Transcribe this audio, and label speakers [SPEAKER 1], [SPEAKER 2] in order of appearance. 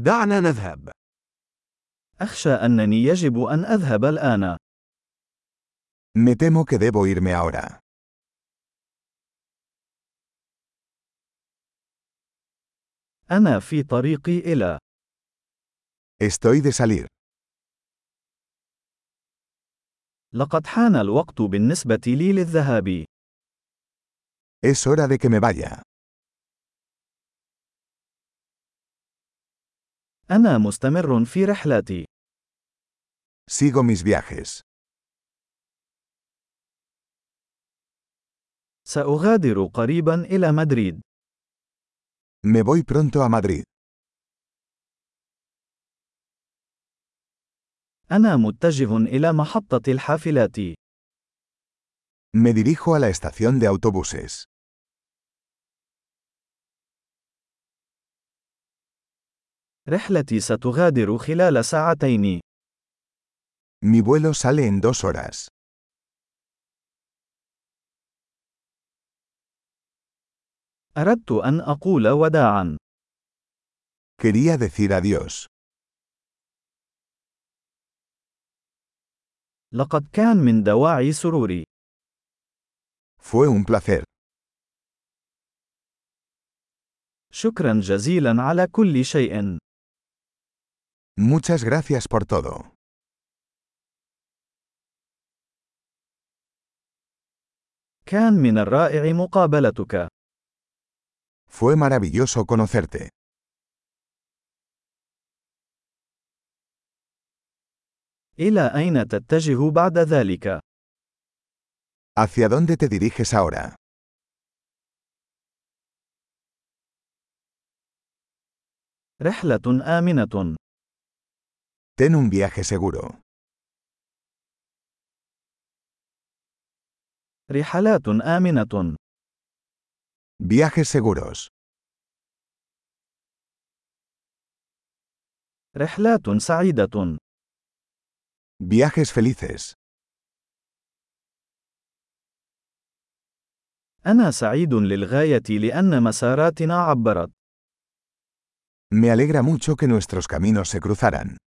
[SPEAKER 1] دعنا نذهب.
[SPEAKER 2] أخشى أنني يجب أن أذهب الآن.
[SPEAKER 3] Me temo que debo irme ahora.
[SPEAKER 2] أنا في طريقي إلى.
[SPEAKER 3] Estoy de salir.
[SPEAKER 2] لقد حان الوقت بالنسبة لي للذهاب.
[SPEAKER 3] Es hora de que me vaya.
[SPEAKER 2] أنا مستمر في رحلتي.
[SPEAKER 3] Sigo mis viajes.
[SPEAKER 2] سأغادر قريبا إلى مدريد.
[SPEAKER 3] Me voy pronto a Madrid.
[SPEAKER 2] أنا متجه إلى محطة الحافلات.
[SPEAKER 3] Me dirijo a la estación de autobuses.
[SPEAKER 2] رحلتي ستغادر خلال ساعتين.
[SPEAKER 3] Mi vuelo sale en dos horas.
[SPEAKER 2] أردت أن أقول وداعاً.
[SPEAKER 3] Quería decir adiós.
[SPEAKER 2] لقد كان من دواعي سروري.
[SPEAKER 3] Fue un placer.
[SPEAKER 2] شكراً جزيلاً على كل شيء.
[SPEAKER 3] Muchas gracias por todo.
[SPEAKER 2] كان من الرائع مقابلتك.
[SPEAKER 3] Fue maravilloso conocerte.
[SPEAKER 2] إلى أين تتجه بعد ذلك؟
[SPEAKER 3] ¿Hacia dónde te diriges ahora?
[SPEAKER 2] رحلة آمنة.
[SPEAKER 3] Ten un viaje seguro.
[SPEAKER 2] رحلات آمنة.
[SPEAKER 3] Viajes seguros.
[SPEAKER 2] رحلات سعيدة.
[SPEAKER 3] Viajes felices.
[SPEAKER 2] أنا سعيد للغاية لأن مساراتنا عبرت.
[SPEAKER 3] Me alegra mucho que nuestros caminos se cruzaran.